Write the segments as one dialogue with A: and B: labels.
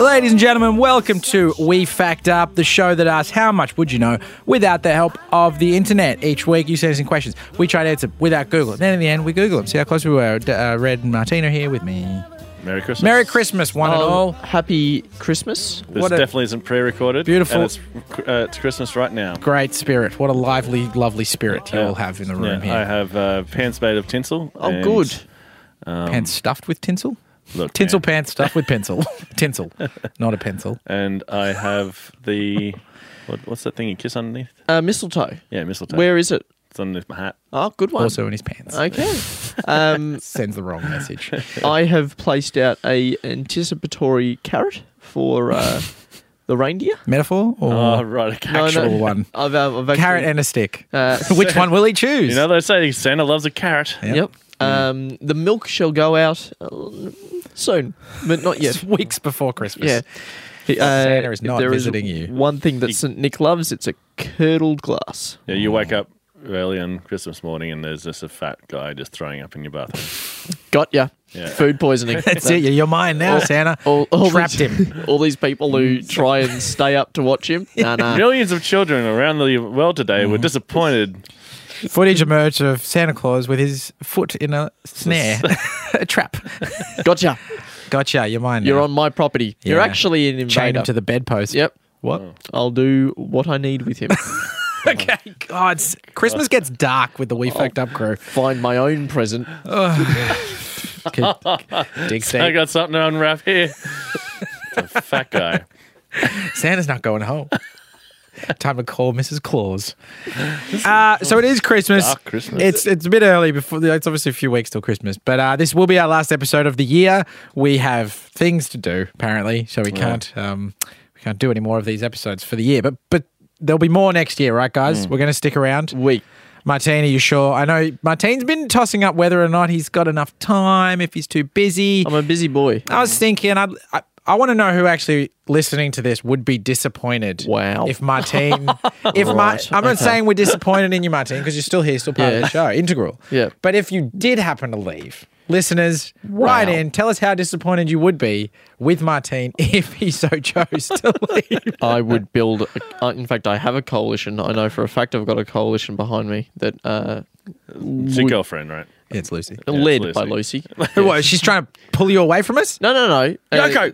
A: Ladies and gentlemen, welcome to We Fact Up, the show that asks how much would you know without the help of the internet. Each week, you send us in questions. We try to answer without Google. Then in the end, we Google them. See how close we were. D- uh, Red and Martino here with me.
B: Merry Christmas.
A: Merry Christmas, one and
B: Oh.
C: Um,
A: all.
C: Happy Christmas.
B: This
A: What a-
B: definitely isn't pre-recorded.
A: Beautiful.
B: and it's, uh, it's Christmas right now.
A: Great spirit. What a lively, lovely spirit you
B: Yeah.
A: all have in the
B: Yeah,
A: room
B: I
A: here.
B: have uh, pants made of tinsel.
C: Oh,
B: and-
C: good.
A: pants stuffed with tinsel?
B: Look,
A: Tinsel
B: man,
A: pants stuffed with pencil. tinsel, not a pencil.
B: and I have the what, what's that thing you kiss underneath?
C: Uh, mistletoe.
B: Yeah, mistletoe.
C: Where is it?
B: it's underneath my hat.
C: Oh, good one.
A: Also in his pants.
C: Okay. Um,
A: Sends the wrong message.
C: I have placed out a anticipatory carrot for uh, the reindeer.
A: Metaphor or
B: Oh, right. Okay.
C: No, no.
A: actual one?
C: I've, um, I've actually,
A: Carrot and a stick.
C: Uh,
A: Which one will he choose?
B: You know they say Santa loves a carrot.
A: Yep.
C: yep. Um, the milk shall go out uh, soon, but not yet.
A: It's weeks before Christmas.
C: Yeah. Uh,
A: Santa is not
C: if there
A: visiting you.
C: One thing that St. Nick loves, it's a curdled glass.
B: Yeah, you wake up early on Christmas morning and there's just a fat guy just throwing up in your bathroom.
C: Got ya.
B: Yeah.
C: Food poisoning.
A: That's it. You're mine now, Santa.
C: all, all
A: Trapped
C: these,
A: him.
C: All these people who try and stay up to watch him. Nah, nah.
B: Millions of children around the world today were disappointed.
A: Footage emerged of Santa Claus with his foot in a snare, a trap.
C: Gotcha.
A: Gotcha. You're mine.
C: You're
A: now.
C: on my property. You're
A: Yeah.
C: actually an
A: Chained
C: invader.
A: him to the bedpost.
C: yep.
A: What?
C: I'll do what I need with him.
A: Okay. God, s- Christmas gets dark with the we fucked up crew.
C: Find my own present.
A: Kid- Dig
B: I
A: deep.
B: got something to unwrap here. it's a fat guy.
A: Santa's not going home. Time to call Mrs. Claus. Uh, so it is Christmas.
B: Dark Christmas.
A: It's it's a bit early before. It's obviously a few weeks till Christmas, but uh, this will be our last episode of the year. We have things to do apparently, so we can't um, we can't do any more of these episodes for the year. But but there'll be more next year, right, guys? We're going to stick around.
C: We.
A: Martin, are you sure? I know Martin's been tossing up whether or not he's got enough time, if he's too busy.
C: I'm a busy boy.
A: I was thinking, I'd, I I want to know who actually listening to this would be disappointed.
C: Wow.
A: If Martine, if Mar-
C: Right,
A: I'm not saying we're disappointed in you, Martine, because you're still here, still part of the
C: Yeah.
A: show, integral.
C: Yeah.
A: But if you did happen to leave, listeners, write in, tell us how disappointed you would be with Martine if he so chose to leave.
C: I would build. A, uh, in fact, I have a coalition. I know for a fact I've got a coalition behind me that uh,
B: It's your girlfriend, right?
A: It's Lucy.
C: led
B: it's
C: by Lucy.
A: What, she's trying to pull you away from us?
C: No, no, no. Uh,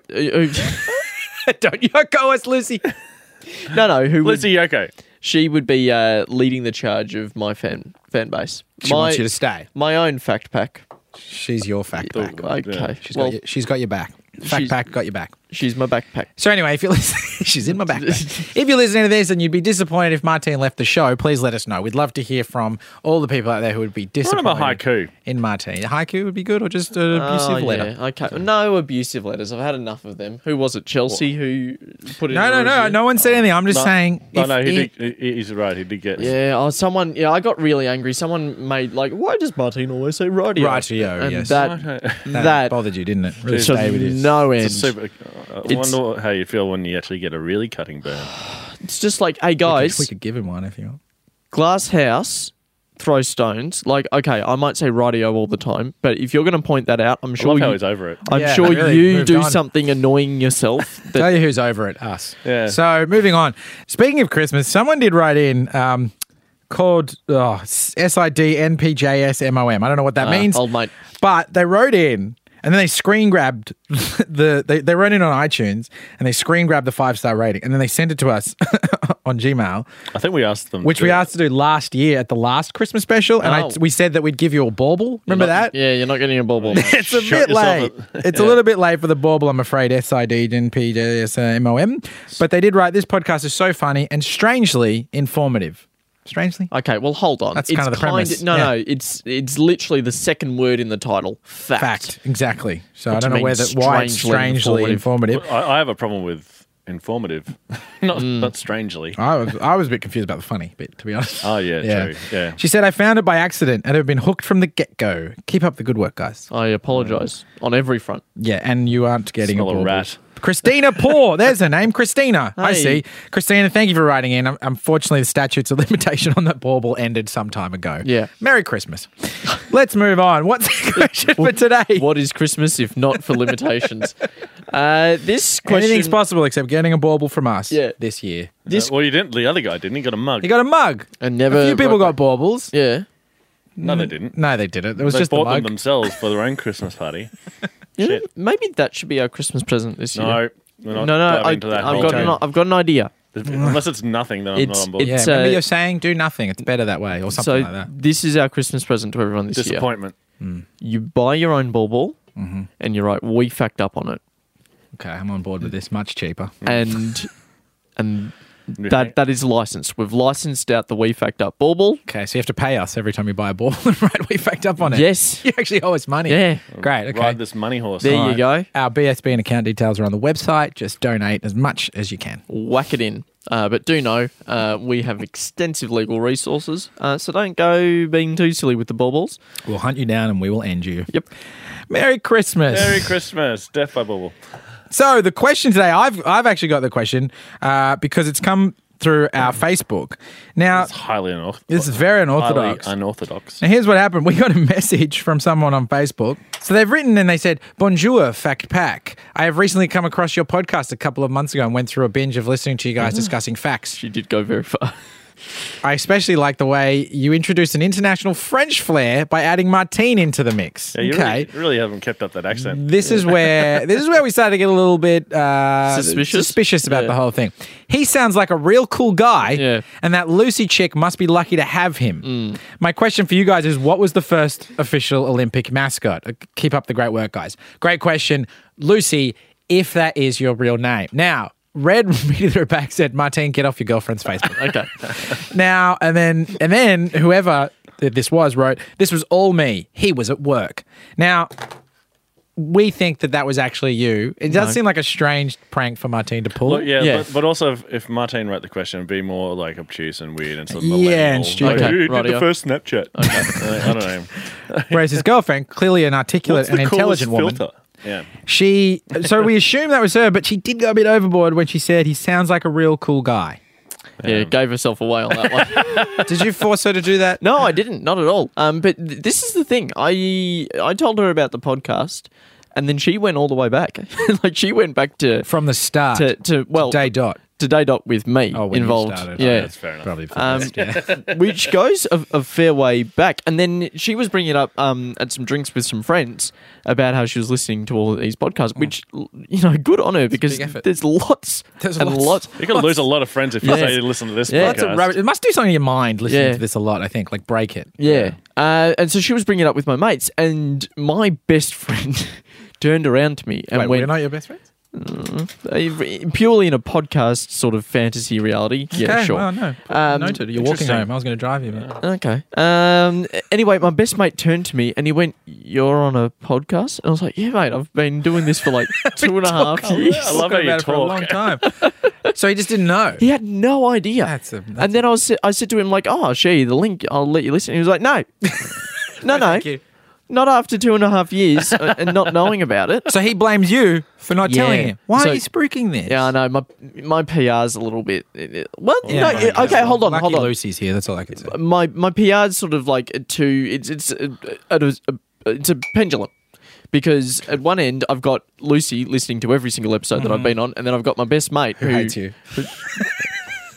A: Don't yoko us, Lucy.
C: uh, no, no. Who would,
B: Lucy Yoko.
C: she would be uh, leading the charge of my fan fan base.
A: She
C: my,
A: wants you to stay.
C: my own fact pack.
A: She's your fact pack.
C: Okay.
A: She's
C: Oh, well,
A: got your, she's got your back. Fact
C: She's-
A: pack got your back.
C: she's my backpack.
A: So anyway, if you're listening, she's in my backpack. if you're listening to this and you'd be disappointed if Martine left the show, please let us know. We'd love to hear from all the people out there who would be
B: What
A: disappointed
B: about haiku?
A: in Martine. A haiku would be good, or just an abusive
C: Oh,
A: letter.
C: Yeah, okay. No abusive letters. I've had enough of them. Who was it? Chelsea who put it
A: No,
C: in
A: no,
C: a
A: no.
C: review?
A: No one said anything. I'm just saying.
B: No,
A: if
B: no, he
A: it-
B: did, he- he's right. He did get.
C: Yeah, oh, someone. Yeah, I got really angry. Someone made like, why does Martin always say radio?
A: Rightio,
C: and
A: yes.
C: That
A: That,
C: that
A: bothered you, didn't it? Really
C: to
A: stay with you.
C: no end.
B: It's
C: It's,
B: a super. I
C: It's-
B: wonder how you feel when you actually get a really cutting burn.
C: just like, hey
A: We
C: guys,
A: could, we could give him one if you want.
C: glass house, throw stones. Like, okay, I might say radio all the time, but if you're going to point that out,
B: I
C: I'm
B: love
C: sure
B: how
C: you,
B: he's over it.
C: I'm
A: Yeah,
C: sure
A: really
C: you
A: moved
C: do
A: on.
C: something annoying yourself. That
A: Tell you who's over it, us.
B: Yeah.
A: So moving on. Speaking of Christmas, someone did write in um, called oh, S I D N P J S M O M. I don't know what that
C: Ah,
A: means.
C: old mate.
A: But they wrote in and then they screen grabbed the they, they wrote in on iTunes and they screen grabbed the five star rating and then they sent it to us on Gmail,
B: I think we asked them,
A: which
B: to-
A: we asked to do last year at the last Christmas special. And I,
C: Oh.
A: we said that we'd give you a bauble. Remember that?
C: Yeah, you're not getting a bubble. mate.
A: It's a
B: Shut
A: bit late.
B: yourself
A: It's a little bit late for the bauble, I'm afraid. S I D N P J S M O M. But they did write this podcast is so funny and strangely informative. Strangely?
C: Okay, well, hold on.
A: That's kind of the premise,
C: no,
A: yeah.
C: no, it's it's literally the second word in the title. Fact.
A: Fact. Exactly. So I
C: Which
A: don't know
C: means
A: whether why it's
C: strangely
A: strangely informative.
B: I, I have a problem with informative, not not strangely.
A: I was I was a bit confused about the funny bit, to be honest.
B: Oh, yeah, true. Yeah.
A: She said I found it by accident and have been hooked from the get go. Keep up the good work, guys.
C: I apologise on every front.
A: Yeah, and you aren't getting
B: Smell
A: a
B: a
A: bauble.
B: rat.
A: Christina Poor. There's her name, Christina. I
C: Hey.
A: see. Christina, thank you for writing in. Um, Unfortunately, the statutes of limitation on that bauble ended some time ago.
C: Yeah.
A: Merry Christmas. Let's move on. What's the question for today?
C: What is Christmas if not for limitations? Uh, this question.
A: Anything's possible except getting a bauble from us
C: Yeah.
A: this year.
C: This-
B: Uh, well, you didn't. The other guy didn't. He got a mug.
A: You got a mug.
C: And never
A: a few people
C: wrote
A: got baubles.
C: Yeah.
B: no, they didn't.
A: No, they didn't. It was
B: they
A: just a
B: bought them
A: mug.
B: themselves for their own Christmas party.
C: You know,
B: Shit.
C: maybe that should be our Christmas present this year.
B: No, we're
C: no,
B: not
C: no. I,
B: diving
C: I've
B: into that.
C: got
B: detail.
C: an, I've got an idea.
B: Unless it's nothing, then I'm
C: It's-
B: not on board.
A: Yeah,
C: it's,
A: remember
C: uh,
A: you're saying do nothing. It's better that way or something
C: so
A: like that.
C: this is our Christmas present to everyone this year.
B: Disappointment.
C: You buy your own bauble,
A: Mm-hmm.
C: and you write "We fucked up on it,"
A: Okay, I'm on board with this. Much cheaper.
C: and and
B: You
C: that
B: think?
C: that is licensed. We've licensed out the "We fucked up" bauble.
A: Okay, so you have to pay us every time you buy a ball and right we fucked up on it.
C: Yes.
A: You actually owe us money.
C: Yeah.
A: Great. Okay.
B: Ride this money horse.
C: There
A: All
C: you go.
A: Our BSB and account details are on the website. Just donate as much as you can.
C: whack it in. Uh, but do know uh, we have extensive legal resources, uh, so don't go being too silly with the baubles.
A: We'll hunt you down and we will end you.
C: Yep.
A: Merry Christmas.
B: Merry Christmas, Death by Bubble.
A: So the question today, I've I've actually got the question uh, because it's come through our Facebook. Now
B: It's highly unorthodox.
A: this is very
B: highly
A: unorthodox.
B: unorthodox.
A: Now, here's what happened. We got a message from someone on Facebook. So they've written and they said, Bonjour, Fact Pack. I have recently come across your podcast a couple of months ago and went through a binge of listening to you guys discussing facts.
C: She did go very far.
A: I especially like the way you introduce an international French flair by adding Martine into the mix.
B: Yeah, you
A: okay.
B: really, really haven't kept up that accent.
A: This is where this is where we started to get a little bit uh,
C: Suspicious?
A: about
C: Yeah.
A: the whole thing. He sounds like a real cool guy,
C: Yeah. Mm.
A: and that Lucy chick must be lucky to have him. My question for you guys is: What was the first official Olympic mascot? Uh, Keep up the great work, guys. Great question, Lucy. If that is your real name, now. Red immediately wrote back said, Martine, get off your girlfriend's Facebook.
C: Okay.
A: Now and then and then whoever th- this was wrote, "This was all me. He was at work." Now we think that that was actually you. It does seem like a strange prank for Martine to pull.
B: But yeah,
C: Yeah.
B: But, but also if, if Martin wrote the question, be more like obtuse and weird and sort of
A: Yeah,
B: millennial.
A: and stupid.
B: Like,
C: Okay,
B: who did
C: rightio.
B: the first Snapchat? I, I don't know.
A: Whereas his girlfriend, clearly an articulate
B: What's
A: and
B: the coolest
A: intelligent woman,
B: filter? Yeah.
A: she. So we assume that was her, but she did go a bit overboard when she said he sounds like a real cool guy.
C: Yeah, gave herself away on that one.
A: Did you force her to do that?
C: No, I didn't. Not at all. Um, but th- this is the thing. I I told her about the podcast, and then she went all the way back. like she went back to
A: From the start,
C: to, to well
A: day dot.
C: to day dot with me
A: Oh, when you
C: involved.
A: started.
C: Yeah.
B: That's fair enough.
A: Probably. for the
C: Um,
A: best, yeah.
C: which goes a, a fair way back. And then she was bringing it up um, at some drinks with some friends about how she was listening to all of these podcasts, which, l- you know, good on her because
A: Mm. big effort.
C: there's lots
A: There's
C: and
A: lots.
C: lots.
B: You're going to lose a lot of friends if you
C: Yeah.
B: say you listen to this
C: Yeah.
A: Lots of
B: podcast.
A: rubbish. It must do something to your mind listening
C: Yeah.
A: to this a lot. I think, like break it.
C: Yeah. Uh, and so she was bringing it up with my mates, and my best friend turned around to me and
A: Wait,
C: went,
A: we're not your best friends.
C: uh, purely in a podcast sort of fantasy reality. Yeah,
A: Okay,
C: sure.
A: Well, no.
C: Um,
A: Noted. You're walking
B: Interesting.
A: home. I was going to drive you, man.
C: Okay. Um. Anyway, my best mate turned to me and he went, "You're on a podcast," and I was like, "Yeah, mate. I've been doing this for like two and a half
A: Oh,
C: years."
B: I love how you
A: about it for a
B: talk.
A: long time. so he just didn't know.
C: He had no idea.
A: That's a- that's
C: and then I was, I said to him like, "Oh, I'll share you the link. I'll let you listen." He was like, "No, no, no,
A: Thank you.
C: not after two and a half years uh, and not knowing about it."
A: So he blames you for not
C: Yeah.
A: telling him. Why
C: So-
A: are you spruiking this?
C: Yeah, I know my my PR's a little bit. eh, Well,
A: Yeah,
C: no,
A: I guess.
C: okay, hold on,
A: Lucky
C: hold on.
A: Lucy's here. That's all I can say.
C: my my PR's sort of like two. It's it's uh, a, a, a, it's a pendulum because at one end I've got Lucy listening to every single episode that I've been on, and then I've got my best mate who,
A: Mm-hmm. hates you.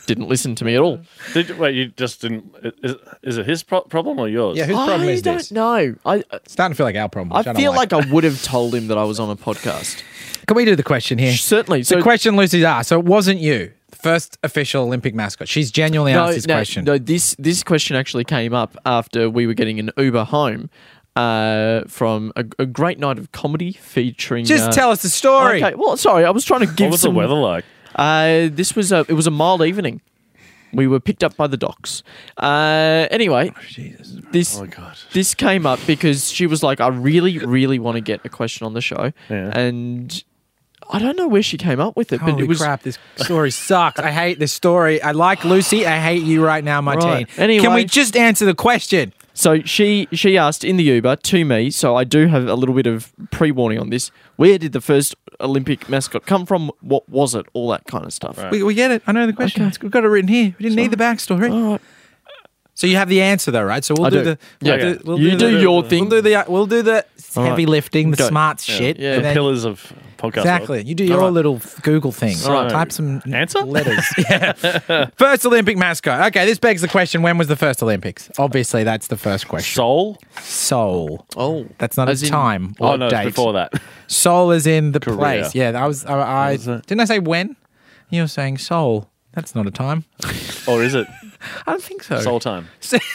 C: didn't listen to me at all.
B: Did, wait, you just didn't. Is, is it his pro- problem or yours?
A: Yeah, whose problem
C: I
A: is
C: don't
A: this?
C: know. I
A: Starting to feel like our problem.
C: I
A: which I, don't
C: feel
A: like.
C: like I would have told him that I was on a podcast.
A: Can we do the question here?
C: Certainly. So
A: the question Lucy's asked. So it wasn't you. the First official Olymc mascot. She's genuinely
C: no,
A: asked this
C: no,
A: question.
C: no, this this question actually came up after we were getting an Uber home. Uh, from a, a great night of comedy featuring.
A: Just
C: uh,
A: tell us the story.
C: Okay, well, sorry, I was trying to give
B: What was
C: some
B: the weather like?
C: Uh, this was a it was a mild evening. We were picked up by the docks. Uh, anyway, this
B: Oh, God.
C: this came up because she was like, "I really, really want to get a question on the show,"
B: Yeah.
C: and I don't know where she came up with it,
A: Holy
C: but it was
A: crap! This story sucks. I hate this story. I like Lucy. I hate you right now, Martine.
C: Anyway-
A: can we just answer the question?
C: So she she asked in the Uber to me. So I do have a little bit of pre warning on this. Where did the first Olympic mascot come from? What was it? All that kind of stuff.
B: Right.
A: We, we get it. I know the question.
C: Okay.
A: It's- We've got it written here. We didn't need the backstory.
C: All right.
A: So you have the answer though, right? So we'll
C: I
A: do,
C: do.
A: the we'll
B: Yeah.
A: do, we'll
C: You
A: the-
C: do your thing.
A: We'll do the we'll do the
C: All
A: heavy
C: right.
A: lifting, the
C: Don't-
A: smart shit.
C: Yeah.
A: and
B: the
A: then-
B: pillars of podcast.
A: Exactly. You do your
C: All right.
A: little Google thing.
B: All right.
A: Type some
B: Answer?
A: letters. Yeah. First Olympic mascot. Okay, this begs the question: When was the first Olympics? Obviously, that's the first question.
B: Soul.
A: Seoul.
C: Oh,
A: That's not
C: As
A: a
C: in-
A: time or
B: Oh no,
A: date.
B: it's before that.
A: Seoul is in the
B: Korea.
A: place. Yeah, I was. I, I
B: Was it?
A: didn't I say when? You were saying Seoul. That's not a time.
B: or is it
A: I don't think so.
B: Soul time?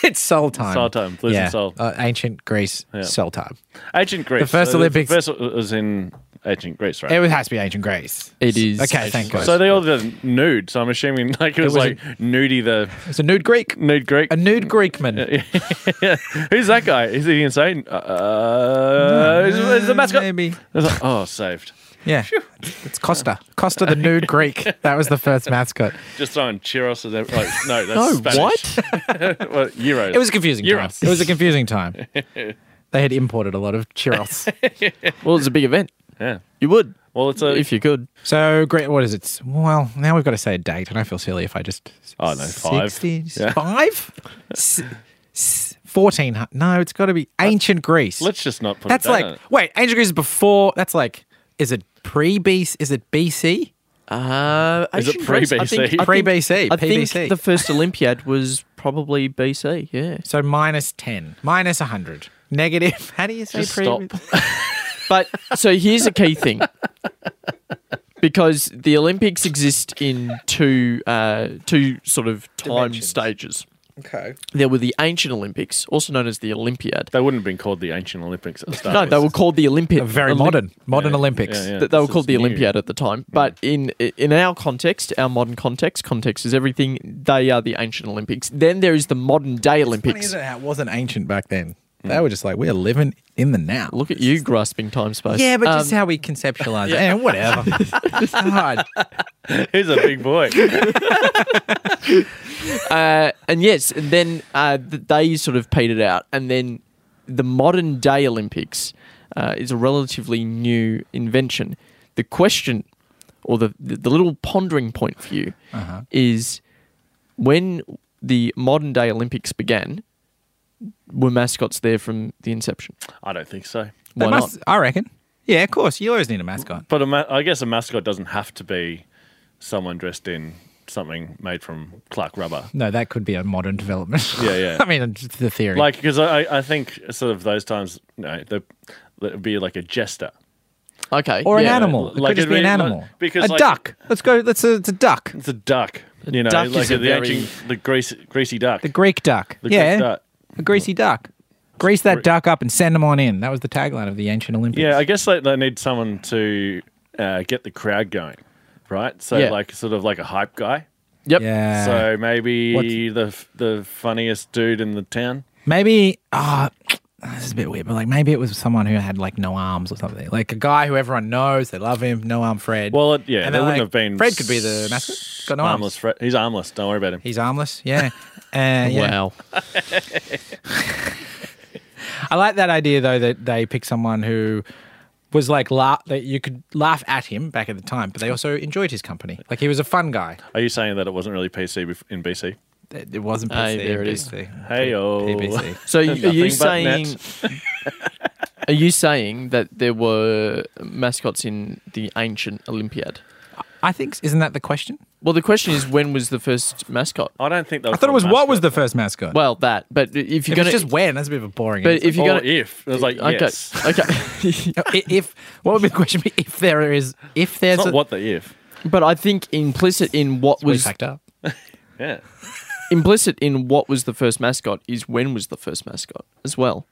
A: it's Seoul time.
B: Seoul time, blues and Seoul.
A: Uh, ancient Greece.
B: Yeah.
A: Seoul time.
B: Ancient Greece.
A: first Olympics-
B: The first was in ancient Greece, right?
A: It would- has to be ancient Greece.
C: It is.
A: Okay, thank God.
B: so they all did nude. So I'm assuming like it was,
A: was
B: like nudie the
A: it's a nude Greek.
B: nude Greek.
A: A nude Greek man.
B: Who's that guy? Is he insane? Uh, is, is the mascot?
A: Maybe.
B: It's like, oh, saved.
A: Yeah. It's Costa. Costa the nude Greek. That was the first mascot.
B: Just throwing Chiros at them. Like, no, that's
C: No,
B: Spanish.
C: what?
B: well, Euros.
A: It was a confusing time.
B: Euros.
A: It was a confusing time. They had imported a lot of churros.
C: well, it's a big event.
B: Yeah.
C: You would
B: Well, it's a.
C: if you could.
A: So great. What is it? Well, now we've got to say a date, and I feel silly if I just.
B: Oh, no, five.
A: 60,
B: Yeah.
A: Five? S- s- 14. No, it's got to be ancient Greece.
B: let's just not put.
A: That's
B: it down.
A: like wait, ancient Greece is before. That's like, is it pre BC? Is it BC?
C: Uh,
B: Is it
C: ancient Greece, I
B: pre-BC?
C: think- I think-
A: Pre BC,
C: I think
A: PBC.
C: the first Olympiad was probably BC. Yeah,
A: so minus ten, minus hundred, negative. How do you say
B: Just
A: pre?
B: stop.
C: But so here's a key thing. Because the Olympics exist in two uh, two sort of time
A: Dimensions.
C: stages.
A: Okay.
C: There were the ancient Olympics, also known as the Olympiad.
B: They wouldn't have been called the ancient Olympics at the start.
C: No, they
B: was
C: were
B: it?
C: called the Olympiad.
A: Very modern, modern Olympics.
B: Yeah, yeah.
C: Th- they were
B: This
C: called
B: is
C: the
B: new.
C: Olympiad at the time, but in in our context, our modern context, context is everything. They are the ancient Olympics. Then there is the modern day
A: Funny,
C: Olympics.
A: isn't it how it wasn't ancient back then?
B: Mm.
A: They were just like we're living in the now.
C: Look at you grasping time space.
A: yeah, but
C: Um,
A: just how we conceptualize it. And whatever. God.
B: He's a big boy.
C: uh, and yes, and then uh, th- they sort of petered out, and then the modern day Olympics uh, is a relatively new invention. The question, or the the, the little pondering point for you, is when the modern day Olympics began. Were mascots there from the inception?
B: I don't think so.
A: They
C: Why
A: must,
C: not?
A: I reckon. Yeah, of course. You always need a mascot.
B: But a ma- I guess a mascot doesn't have to be someone dressed in something made from Clark rubber.
A: No, that could be a modern development.
B: Yeah, yeah.
A: I mean, it's the theory.
B: Like, because I, I- I think sort of those times, you know, there would be like a jester.
C: Okay,
A: or
C: yeah.
A: an animal. It
B: Like
A: could just
B: it'd
A: be an
B: be like-
A: animal.
B: because
A: a
B: like-
A: duck. Let's go. Let's. Uh, it's a duck.
B: It's a duck. You know,
C: duck is
B: like
C: a
B: the
C: very-
B: ancient, the grease, greasy duck.
A: The Greek duck.
B: The
A: yeah,
B: Greek duck.
A: a greasy duck. Grease that duck up and send them on in. That was the tagline of the ancient Olympics.
B: Yeah, I guess they, they need someone to uh, get the crowd going, right? So,
C: Yeah.
B: like, sort of like a hype guy.
C: Yep.
A: Yeah.
B: so maybe the f- the funniest dude in the town.
A: Maybe ah, this is a bit weird, but like maybe it was someone who had like no arms or something, like a guy who everyone knows. They love him. No arm Fred.
B: Well, it, yeah,
A: And they're
B: there wouldn't
A: like,
B: have been.
A: Fred could be the mascot. Got no
B: armless.
A: arms.
B: Fred. He's armless. Don't worry about him.
A: He's armless. Yeah. And yeah.
C: Wow.
A: I like that idea though that they picked someone who was like laugh that you could laugh at him back at the time, but they also enjoyed his company. Like he was a fun guy.
B: Are you saying that it wasn't really PC bef- in BC?
A: It it wasn't
C: Hey,
A: PC.
C: there it is.
A: PC.
B: Hey-o.
A: PBC.
C: So y- are
B: Nothing
C: you
B: but
C: saying? are you saying that there were mascots in the ancient Olympiad?
A: I think isn't that the question?
C: Well, the question is, when was the first mascot?
B: I don't think that.
A: I thought it was what was the first mascot.
C: Well, that. But if
A: if
C: you're going
A: it's
C: to,
A: just when, that's a bit of a boring.
C: but
A: answer.
B: If
C: if
B: you
C: you're
B: or
C: going to,
B: if it was like
C: okay,
B: yes, it's
C: okay.
A: I- if what would be the question? Be if there is, if there's
B: not
A: a,
B: what the if.
C: but I think implicit in what
A: we
C: was
A: packed up.
B: Yeah,
C: implicit in what was the first mascot is when was the first mascot as well.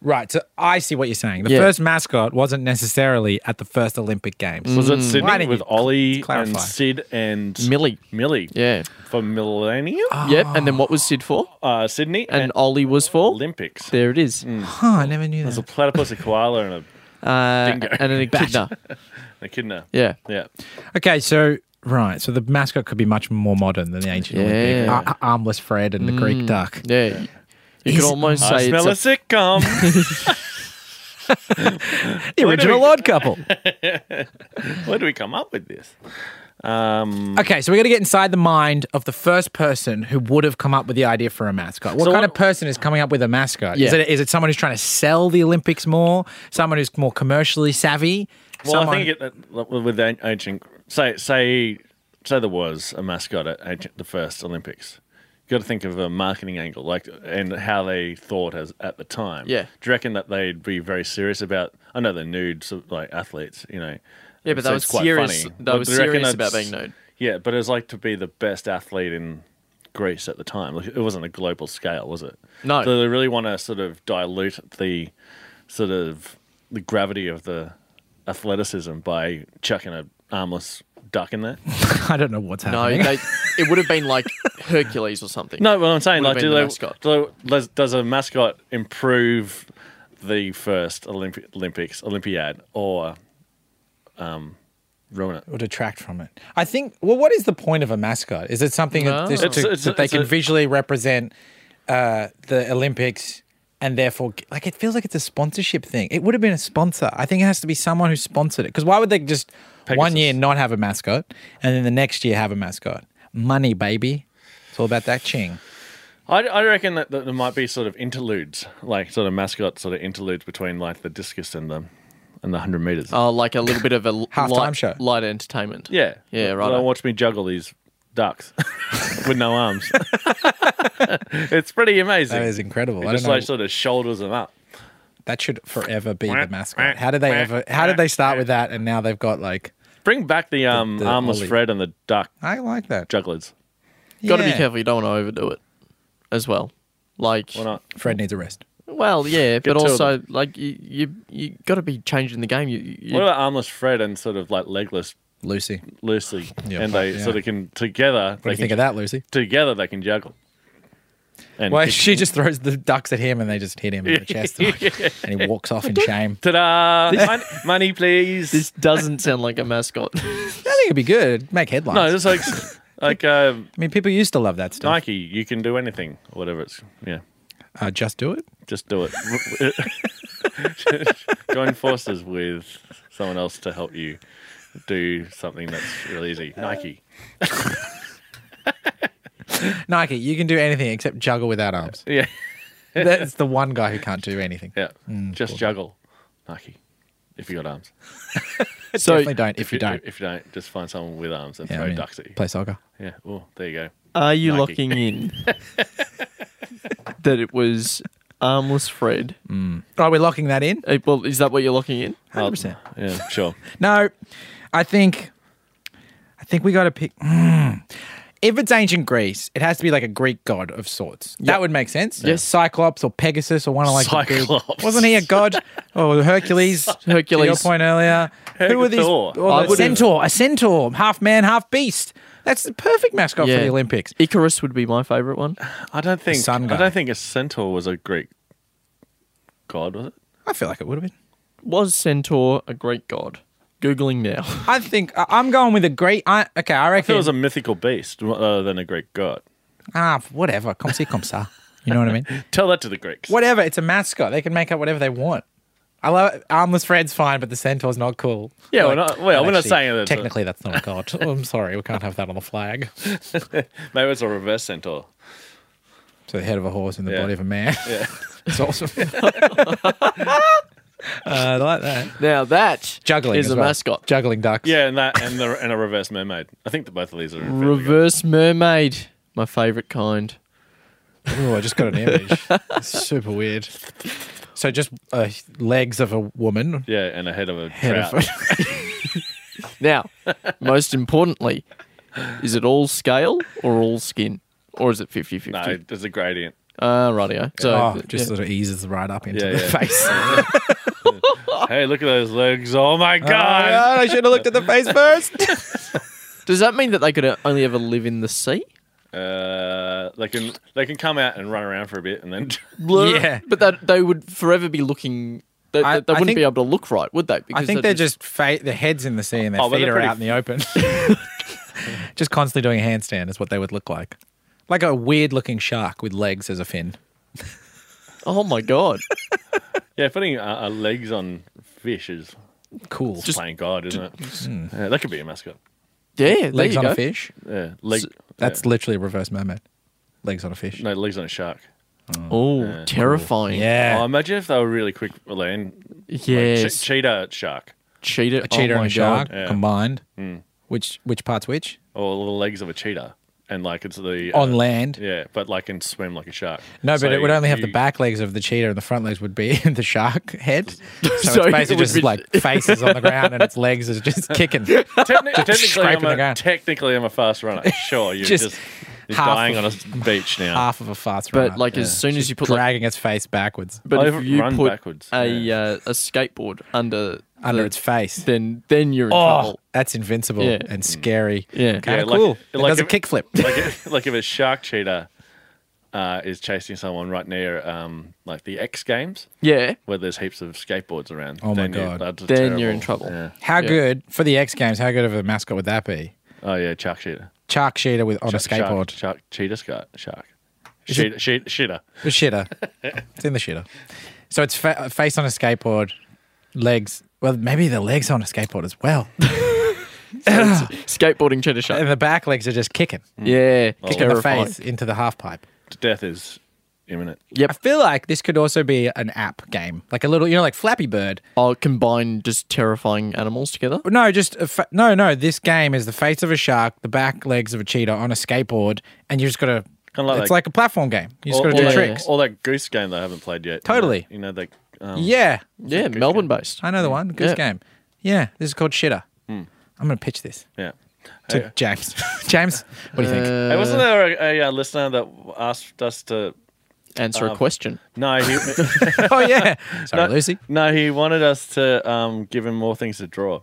A: Right, so I see what you're saying. The
C: Yeah.
A: first mascot wasn't necessarily at the first Olympic Games.
B: was it
A: Why
B: Sydney
A: didn't
B: with
A: you
B: Ollie
A: clarify?
B: and Sid and
C: Mm. Millie.
B: Millie?
C: Yeah.
B: for Millennium,
C: Yep. And then what was Sid for?
B: uh, Sydney
C: And,
B: and,
C: Ollie was for.
B: Olympics.
C: There it is.
B: Mm,
A: Huh, I never knew
B: There's a
A: that.
B: platypus, a koala, and
C: Uh,
B: Dingo.
C: and an echidna.
B: a echidna.
C: yeah.
B: yeah.
A: Okay, so right, so the mascot could be much more modern than the ancient uh,
C: Yeah.
B: Hmm.
A: Olympic. Ar- armless Fred and the Greek duck.
C: Yeah. You could almost
B: I
C: say it's
B: smell
C: a,
B: a sitcom.
A: The
B: Where do
A: original
B: we-
A: odd couple.
B: Hmm. Where do we come up with this? Um,
A: Okay, so we got to get inside the mind of the first person who would have come up with the idea for a mascot. What
B: So
A: kind
B: what-
A: of person is coming up with a mascot? Is
C: Yeah.
A: it is it someone who's trying to sell the Olympics more? Someone who's more commercially savvy?
B: well,
A: someone,
B: I think it, uh, with the an- ancient, say, say, say there was a mascot at ancient, the first Olympics. You got to think of a marketing angle, like and how they thought as at the time.
C: Yeah.
B: do you reckon that they'd be very serious about? I know they're nude, so, like athletes, you know.
C: Yeah, but
B: so
C: they
B: it's
C: were
B: quite
C: serious-
B: funny.
C: they
B: But
C: were
B: do you reckon
C: serious about
B: that's-
C: being nude.
B: Yeah, but it was like to be the best athlete in Greece at the time. Like, it wasn't a global scale, was it?
C: No.
B: So they really want to sort of dilute the sort of the gravity of the athleticism by chucking a armless duck in there.
A: I don't know what's
C: no,
A: happening.
C: they, it would have been like Hercules or something.
B: No, but I'm saying
C: Would've
B: like, do
C: been the
B: they,
C: mascot.
B: do they- does, does a mascot improve the first Olympi- Olympics Olympiad or um, ruin it?
A: or detract from it. I think. Well, what is the point of a mascot? Is it something
C: No.
A: that, just
B: It's-
A: to-
B: it's-
A: that they
B: it's
A: can
B: a-
A: visually represent uh, the Olympics and therefore, g- like, it feels like it's a sponsorship thing. It would have been a sponsor. I think it has to be someone who sponsored it. Because why would they just one
B: Pegasus.
A: year not have a mascot and then the next year have a mascot? Money, baby. It's all about that ching.
B: I, I reckon that, that there might be sort of interludes, like sort of mascot sort of interludes between like the discus and the and the hundred meters.
C: Oh, like a little bit of a l-
A: Halftime
C: light,
A: show.
C: light entertainment.
B: yeah,
C: yeah, right.
B: Don't watch me juggle these ducks with no arms. it's pretty amazing.
A: That is incredible. I
B: You
A: don't
B: just
A: know.
B: like sort of shoulders them up.
A: that should forever be the mascot. How did they ever? How did they start with that and now they've got like?
B: Bring back the um
A: the
B: armless
A: ollie.
B: Fred and the duck
A: I like that.
B: jugglers.
C: Got to be
A: Yeah.
C: careful. You don't want to overdo it, as well. Like,
B: Why not?
A: Fred needs a rest.
C: well, yeah, but
B: two of
C: also like you, you, you got to be changing the game. You, you
B: What about armless Fred and sort of like legless
A: Lucy,
B: Lucy?
A: Yeah,
B: and they
A: yeah.
B: sort of can together.
A: what do
B: they
A: you
B: can,
A: think of that, Lucy?
B: Together they can juggle. And
A: Well,
B: kick-
A: she just throws the ducks at him and they just hit him in the chest and he walks off in shame.
B: ta-da! Mon- money, please.
C: this doesn't sound like a mascot.
A: I think it'd be good. Make headlines.
B: No, it's like like uh,
A: I mean, people used to love that stuff.
B: Nike. You can do anything, or whatever it's. Yeah,
A: Uh, just do it.
B: just do it. Join forces with someone else to help you do something that's really easy.
A: Uh,
B: Nike.
A: Nike, you can do anything except juggle without arms.
B: Yeah,
A: That's the one guy who can't do anything.
B: yeah.
A: Mm,
B: just juggle, Nike. If you got arms.
C: so
A: Definitely don't if you don't.
B: if you don't, just find someone with arms and
A: Yeah,
B: throw
A: I mean,
B: ducks at you.
A: play soccer.
B: Yeah. Oh, there you go.
C: Are you
B: Nike.
C: locking in that it was armless Fred?
A: Oh, we're locking that in?
C: Eh, Well, is that what you're locking in?
A: 100%.
B: Yeah, sure.
A: No, I think, I think we got to pick. Mm. If it's ancient Greece, it has to be like a Greek god of sorts. That would make sense.
C: Yes.
A: Cyclops or Pegasus or one of like the big-
B: Cyclops.
A: wasn't he a god? Or Hercules? To your
C: Hercules.
A: point earlier. Who were these?
B: Hector.
A: Or
C: I
A: the
C: would've-
A: centaur, a centaur, half man, half beast. That's the perfect mascot for the Olympics.
C: Icarus would be my favorite one.
B: I don't think.
A: sun guy.
B: I don't think a centaur was a Greek god, was it?
A: I feel like it would have been.
C: Was Centaur a Greek god? Googling now.
A: I think I- I'm going with a Greek. I, okay, I
B: I thought
A: reckon.
B: it was a mythical beast rather than a Greek god.
A: ah, whatever. Come see, come sa. You know what I mean?
B: Tell that to the Greeks.
A: Whatever. It's a mascot. They can make up whatever they want. I love it. armless Fred's fine, but the centaur's not cool.
B: Yeah, we're not- well, we're not saying that
A: that.
B: it's a-
A: Technically, that's not a god. Oh, I'm sorry, we can't have that on the flag.
B: Maybe it's a reverse centaur.
A: So the head of a horse and the
B: Yeah.
A: body of a man.
B: Yeah.
A: It's awesome. Uh, I like that.
C: Now that
A: Juggling
C: is
A: as
C: a
A: well.
C: mascot.
A: Juggling ducks.
B: yeah, and that and the and a reverse mermaid. I think that both of these are
C: Mm.
B: reverse.
C: Reverse mermaid, my favorite kind.
A: Oh, I just got an image. It's super weird. So just uh, legs of a woman.
B: Yeah, and a head of a
A: Head
B: trout.
A: of
C: Now, most importantly, is it all scale or all skin? Or is it 50 50?
B: no, there's a gradient.
C: Uh, rightio. So,
A: oh,
C: th-
A: just
C: yeah.
A: sort of eases right up into
B: Yeah,
A: the
B: yeah.
A: face.
B: Hey, look at those legs! Oh my
A: Oh,
B: god!
A: God, I should have looked at the face first.
C: does that mean that they could uh, only ever live in the sea?
B: Uh, they can they can come out and run around for a bit, and then
A: Yeah.
C: But that they would forever be looking. They,
A: I-
C: they, they
A: I
C: wouldn't
A: think-
C: be able to look right, would they?
A: I
C: Because
A: think they're just, fa- their heads in the sea and their
B: Oh, but
A: feet are
B: they're pretty-
A: out in the open. just constantly doing a handstand is what they would look like, like a weird looking shark with legs as a fin.
C: Oh my god!
B: Yeah, putting uh, uh, legs on fish is
A: Cool.
B: just playing God, isn't it? Mm. Yeah, that could be a mascot.
C: Yeah, there
A: legs
C: you
A: on
C: go.
A: a fish.
B: Yeah, leg.
A: That's literally a reverse mermaid. Legs on a fish.
B: yeah, no legs on a shark.
C: Oh, terrifying!
B: Oh,
A: Yeah.
B: imagine if they were really quick land.
C: yes,
B: Like, che- cheetah shark,
C: cheater,
A: a cheetah
C: oh my
A: and a shark
C: God.
B: Yeah.
A: combined. Which which part's which?
B: or the legs of a cheetah, and like it's the
A: On land.
B: Yeah, but like can swim like a shark.
A: No, but
B: So
A: it would only have the
B: you-
A: back legs of the cheetah, and the front legs would be the shark head. So,
C: So
A: it's
C: it
A: basically
C: would
A: just
C: be-
A: like faces on the ground, and its legs is just kicking.
B: Techni- technically,
A: scraping
B: I'm
A: the
B: a,
A: ground.
B: technically, I'm a fast runner. Sure, you're
A: Just
B: just, you're
A: half
B: dying on
A: of-
B: a beach now.
A: Half of a fast runner.
C: But like, as soon as you put like,
A: dragging its face backwards
C: but if
B: Over-
C: you
B: run
C: put
B: backwards,
C: a
B: yeah.
C: uh, a skateboard under
A: under
C: the-
A: its face.
C: then then you're in
A: oh.
C: trouble.
A: that's invincible
C: Yeah.
A: and scary.
C: Yeah.
A: kind
B: Yeah,
A: of
B: like-
A: cool. it
B: like
A: does a
B: if-
A: kickflip.
B: like, if, like if a shark cheetah uh, is chasing someone right near um, like the X Games,
C: Yeah,
B: where there's heaps of skateboards around.
A: Oh my
B: then you-
A: God.
B: that's
C: Then you're
B: terrible.
C: in trouble.
B: Yeah.
A: How
C: Yeah.
A: good for the X Games? How good of a mascot would that be?
B: Oh yeah, shark cheetah.
A: Shark cheetah with on a
B: Shark- Shark,
A: skateboard.
B: shark cheetah shark. Shark.
A: Is
B: Cheetah, cheetah, cheetah.
A: The shitter. it's in the shitter. So it's fa- face on a skateboard, legs. Well, maybe the legs on a skateboard as well,
C: skateboarding cheddar shark.
A: and the back legs are just kicking,
C: Yeah,
A: kicking the
C: terrifying.
A: face into the half pipe.
B: Death is imminent.
A: I
C: Yep.
A: feel like this could also be an app game, like a little, you know, like Flappy Bird.
C: I'll combine just terrifying animals together.
A: No, just a fa- no, no. This game is the face of a shark, the back legs of a cheetah on a skateboard, and you just gotta.
B: Kinda like-
A: it's like a platform game. You just
B: Or-
A: gotta
B: or
A: do
B: that-
A: tricks.
B: Or that goose game that I haven't played yet.
A: Totally.
B: You know, that. Um,
A: yeah,
C: Yeah, Melbourne based.
A: I know
B: Hmm.
A: the one. Goose
C: Yeah.
A: game. Yeah, this is called Shitter. I'm gonna pitch this
B: Yeah.
A: to
B: Hmm. Hey,
A: James. James, what do you think?
B: hey, wasn't there a, a, uh listener that asked us to?
C: Answer
B: Um,
C: a question.
B: No, he,
A: oh yeah. Sorry, Lucy.
B: no, he wanted us to um, give him more things to draw.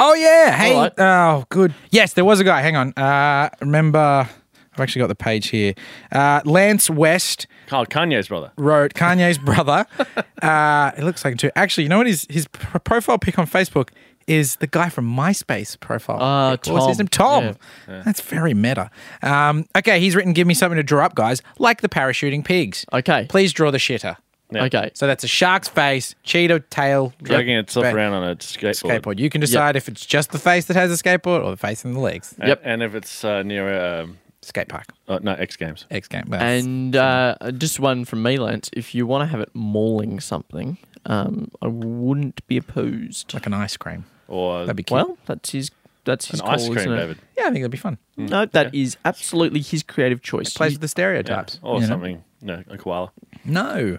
A: Oh yeah. Hey.
C: Alright.
A: Oh, good. Yes, there was a guy. Hang on. Uh, remember, I've actually got the page here. Uh, Lance West
B: Carl Kanye's brother.
A: wrote Kanye's brother. Uh, it looks like him too. Actually, you know what? His his pr- profile pic on Facebook is the guy from MySpace profile.
C: Ah,
A: pic. What was his
C: Tom.
A: name? Tom.
C: Yeah.
A: That's very meta. Um, okay, he's written. Give me something to draw up, guys. Like the parachuting pigs.
C: Okay.
A: Please draw the shitter.
B: Yeah.
C: Okay.
A: So that's a shark's face, cheetah tail,
B: Dragging itself
A: ba-
B: around on a skateboard.
A: skateboard. You can decide if it's just the face that has a skateboard or the face and the legs.
B: A-
C: Yep.
B: And if it's uh, near a. Um,
A: Skate park,
B: oh, no, X Games.
A: X game. well, that's-
C: And uh, just one from me, Lance. If you want to have it mauling something, um, I wouldn't be opposed.
A: like an ice cream.
B: Or
A: That'd be cute.
C: Well, that's his. That's his
B: an
C: call,
B: ice cream,
C: isn't it?
B: David.
A: yeah, I think that'd be fun.
C: No, that is absolutely his creative choice.
A: Plays
C: He-
A: with the stereotypes.
B: Or
A: you know?
B: something. No, a koala.
A: No.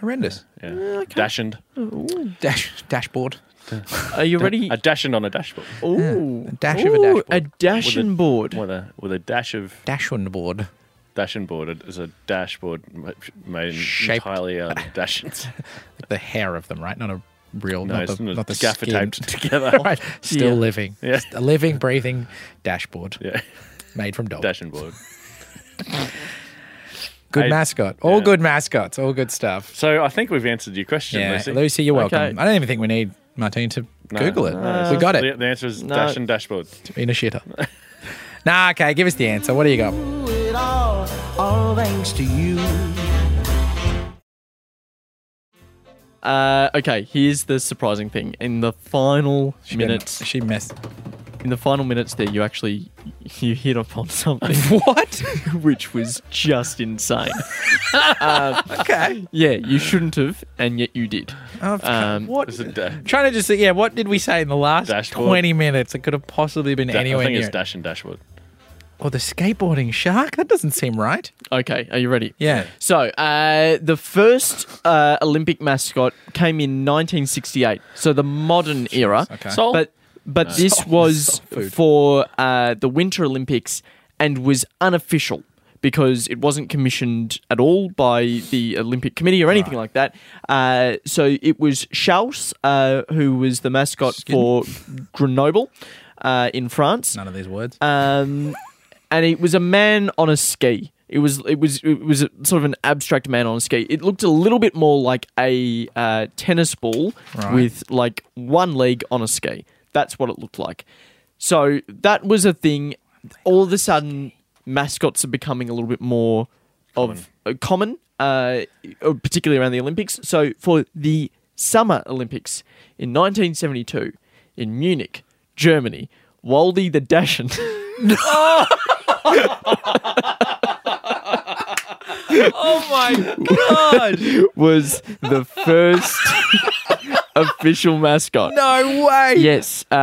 A: Horrendous.
B: Yeah.
C: Mm.
B: Dashend.
A: Dash dashboard.
C: are you ready?
B: A dashend on a dashboard.
C: Ooh,
A: a dash of a
C: Ooh, A
A: dashboard.
C: dash and board.
B: With a, with a dash of
A: Dash on the board.
B: dashing board. It is a dashboard ma- made
A: Shaped.
B: entirely out of dashings.
A: The hair of them, right? Not a real
B: No,
A: not
B: it's
A: the,
B: not
A: not the
B: gaffer
A: skin.
B: taped together.
A: right. Still
C: Yeah.
A: living.
B: Yeah.
A: A living, breathing dashboard
B: Yeah,
A: made from dogs.
B: dashing board.
A: Good
B: I-
A: mascot. All
B: yeah.
A: good mascots. All good stuff.
B: So I think we've answered your question,
A: Yeah,
B: Lucy.
A: Lucy, you're welcome.
C: Okay.
A: I don't even think we need Martine to
B: No,
A: Google it.
B: no,
A: we
B: it's-
A: got
B: Uh, The,
A: it.
B: the answer is
C: No.
B: dash and dashboard.
A: In a shitter. nah, okay, give us the answer. What do you got?
D: it all, all thanks to you.
C: Uh, okay, here's the surprising thing. In the final minutes,
A: She messed.
C: in the final minutes, there you actually you hit upon something
A: What?
C: which was just insane.
A: okay.
C: yeah, you shouldn't have, and yet you did.
A: Of-
C: Um,
A: what?
B: Is it da-
A: Trying to just see, yeah, what did we say in the last
B: Dashboard.
A: 20 minutes? It could have possibly been
B: da- I
A: anywhere
B: think
A: near.
B: it's
A: it.
B: dash and
A: Uh,
B: dashboard.
A: or the skateboarding shark? That doesn't seem right.
C: Okay, are you ready?
A: Yeah.
C: So, uh, the first uh, Olympic mascot came in 1968, so the modern era.
A: Okay.
B: Sol?
C: But but this was
A: food.
C: for uh, the Winter Olympics and was unofficial because it wasn't commissioned at all by the Olympic Committee or anything like that. Uh, so it was Schaus, uh, who was the mascot for Grenoble uh, in France.
A: None of these words.
C: Um, and it was a man on a ski. It was it was it was a, sort of an abstract man on a ski. It looked a little bit more like a uh, tennis ball
A: Right.
C: with like one leg on a ski. That's what it looked like. So that was a thing. All of a sudden, mascots are becoming a little bit more of uh, common uh, or particularly around the Olympics. So for the Summer Olympics in 1972 in Munich, Germany, Waldy the Dachshund.
E: Oh my god!
C: was the first official mascot.
A: No way.
C: Yes, uh,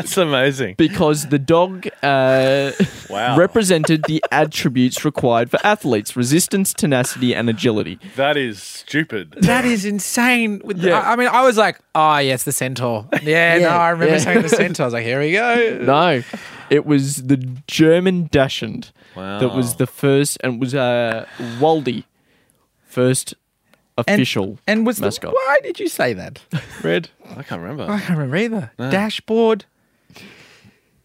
B: That's amazing.
C: because the dog uh,
B: Wow.
C: represented the attributes required for athletes resistance, tenacity, and agility.
B: That is stupid.
A: That is insane. With
C: Yeah.
A: I, I mean, I was like, oh, yes, the centaur. Yeah, no, I remember
C: yeah.
A: saying the centaur. I was like, here we go.
C: No, it was the German Dachshund that
B: Wow.
C: was the first, and it was uh, Waldy, first official
A: And was
C: mascot.
A: The, why did you say that?
B: Red? I can't remember.
A: I can't remember either. Dashboard.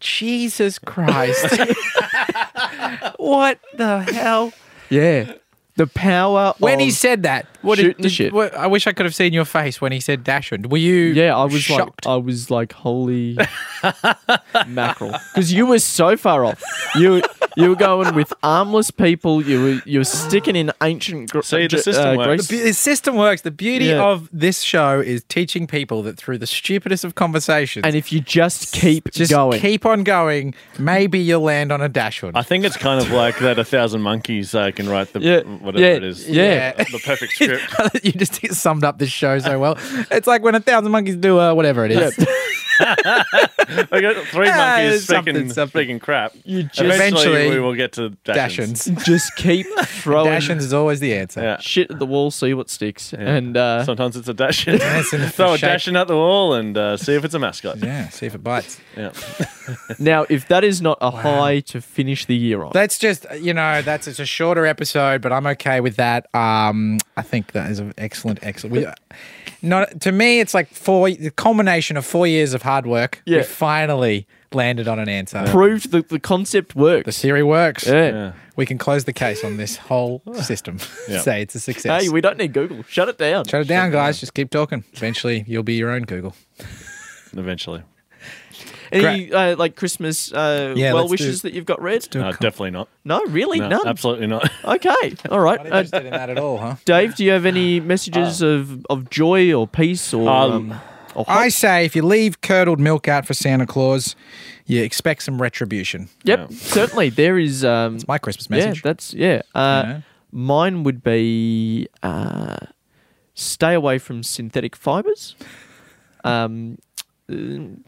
A: Jesus Christ. what the hell?
C: yeah, the power.
A: When
C: of,
A: he said that, what
C: Shooting
A: did,
C: the
A: did-
C: shit.
A: what- I wish I could have seen your face when he said Dashund. Were you?
C: Yeah, I was
A: shocked.
C: like, I was like, holy mackerel, because you were so far off. You you were going with armless people. You were you were sticking in ancient. Gr- uh,
B: See, the
C: Gr-
B: system works.
A: the bu- the system works. The beauty
C: Yeah.
A: of this show is teaching people that through the stupidest of conversations,
C: and if you just keep
A: just
C: going,
A: keep on going, maybe you'll land on a Dashund.
B: I think it's kind of like that a thousand monkeys uh, can write the
C: Yeah,
B: whatever
C: yeah,
B: it is.
C: yeah.
B: Uh, The perfect script.
A: you just summed up this show so well. It's like when a thousand monkeys do uh, whatever it is.
B: I got three
A: Ah,
B: monkeys
A: something,
B: speaking,
A: something.
B: speaking crap.
C: You just-
B: eventually
A: Eventually,
B: we will get to Dashins.
A: Dashunds.
C: just keep throwing
A: Dashunds is always the answer.
B: Yeah.
C: shit at the wall, see what sticks, and uh,
B: Sometimes it's a Dashin.
A: That's in the
B: Throw a
A: shape.
B: Dashin at the wall and uh, see if it's a mascot.
A: Yeah, see if it bites.
B: Yeah.
C: now if that is not a high to finish the year on,
A: That's just uh, you know that's it's a shorter episode, but I'm okay with that. Um, I think that is an excellent, excellent. We, uh, not to me, it's like four the culmination of four years of hard work.
C: Yeah.
A: We finally landed on an answer.
C: proved that the concept
A: The
C: works.
A: Siri works.
C: Yeah.
B: Yeah.
A: We can close the case on this whole system.
B: Yeah.
A: Say it's a success.
C: Hey, we don't need Google. Shut it down.
A: Shut it down, guys. Just keep talking. Eventually, you'll be your own Google.
B: Eventually.
C: Any uh, like Christmas uh,
A: Yeah,
C: well
A: let's do-
C: wishes that you've got read?
A: Do
B: No,
A: a com-
B: definitely not.
C: No, really,
B: No,
C: none.
B: absolutely not.
C: Okay, all right.
A: Not
C: Uh,
A: interested in that at all, huh?
C: Dave, do you have any messages of, of joy or peace or,
B: Uh, Um,
C: um, or hope?
A: I say if you leave curdled milk out for Santa Claus, you expect some retribution.
C: Yep, certainly there is. Um,
A: My Christmas
C: yeah,
A: message.
C: that's yeah. Uh,
A: You know?
C: Mine would be uh, stay away from synthetic fibers. Um, uh,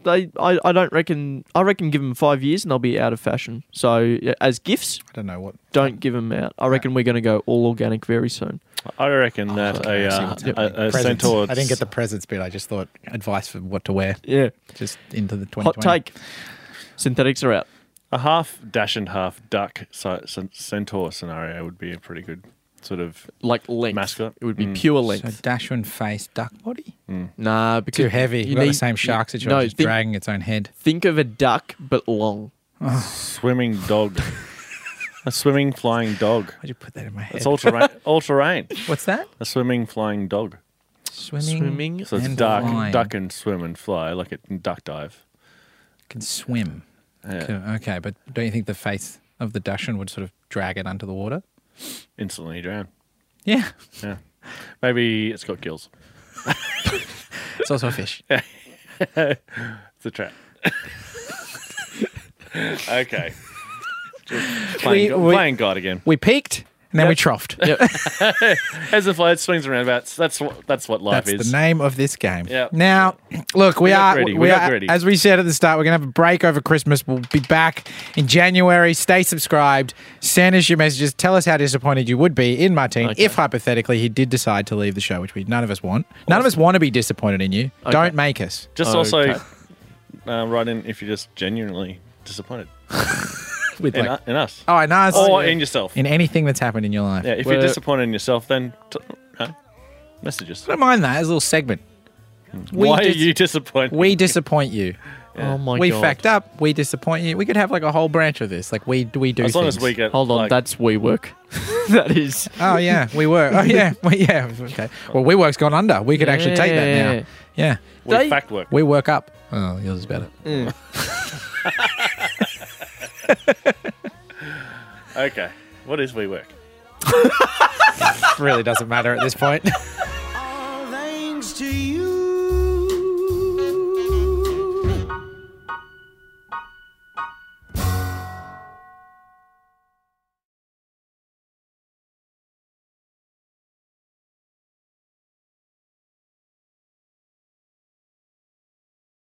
C: they, I, I don't reckon. I reckon give them five years and they'll be out of fashion. So yeah, as gifts,
A: I don't know what.
C: don't give them out. I reckon we're going to go all organic very soon.
B: I reckon that
A: Oh, I
B: a,
A: see
B: uh,
A: what's happening.
B: a, a
A: Presents.
B: centaur.
A: I didn't get the presents bit. I just thought advice for what to wear
C: Yeah.
A: just into the 2020.
C: Hot take. Synthetics are out.
B: A half dash and half duck si- cen- centaur scenario would be a pretty good sort of.
C: Like length.
B: Mascot.
C: It would be
B: Mm.
C: pure
A: So
C: length.
A: Dashun face duck body
C: nah, because
A: too heavy. You got the same shark
C: you-
A: situation,
C: No,
A: just
C: think,
A: dragging its own head.
C: think of a duck but long.
B: Swimming dog. a swimming flying dog.
A: Why'd you put that in my head?
B: It's all terrain. all terrain.
A: What's that?
B: A swimming flying dog.
A: Swimming.
C: Swimming.
B: So it's
A: And
B: duck,
A: flying.
B: duck and swim and fly like a duck dive. Uh,
A: Can swim.
B: Yeah,
A: Can- Okay, but don't you think the face of the Dashun would sort of drag it under the water?
B: instantly drown.
A: Yeah.
B: Yeah, maybe it's got gills.
A: It's also a fish.
B: It's a trap. okay. Just
A: We-
B: Playing, God,
A: we-
B: playing God again.
A: We peaked and then we troughed.
B: As the flies swings and roundabouts, that's what that's what life
A: That's
B: is.
A: the name of this game.
B: Yeah.
A: Now, look, we,
B: We got
A: are
B: gritty,
A: we,
B: we got
A: are
B: gritty.
A: as we said at the start, we're gonna have a break over Christmas. We'll be back in January. Stay subscribed. Send us your messages. Tell us how disappointed you would be in Martin
C: Okay.
A: if hypothetically he did decide to leave the show, which we none of us want. None of us want to be disappointed in you.
C: Okay.
A: Don't make us.
B: Just
C: Okay.
B: also uh, write in if you're just genuinely disappointed
A: With
B: in,
A: like,
B: u- in us
A: oh, and us
B: or
A: in, uh,
B: in yourself.
A: anything that's happened in your life.
B: yeah, if
C: Well-
B: you're disappointed in yourself, then t- uh, messages.
A: I don't mind that as a little segment. We
B: Hmm. Why
A: dis-
B: are you disappointed?
A: We disappoint you.
C: Oh my
A: we
C: god.
A: fact up. We disappoint you. We could have like a whole branch of this. Like we we do.
B: As long as
A: things.
B: we get
C: Hold on,
B: like,
C: that's WeWork. that is.
A: Oh yeah, we were. Oh yeah, well, yeah. Okay. Well, WeWork's gone under. We could actually take that
C: Yeah.
A: now. Yeah,
B: we
C: They-
B: fact work.
A: we work up. Oh, yours is better.
B: Okay. What is WeWork?
A: really doesn't matter at this point.
D: All thanks to you.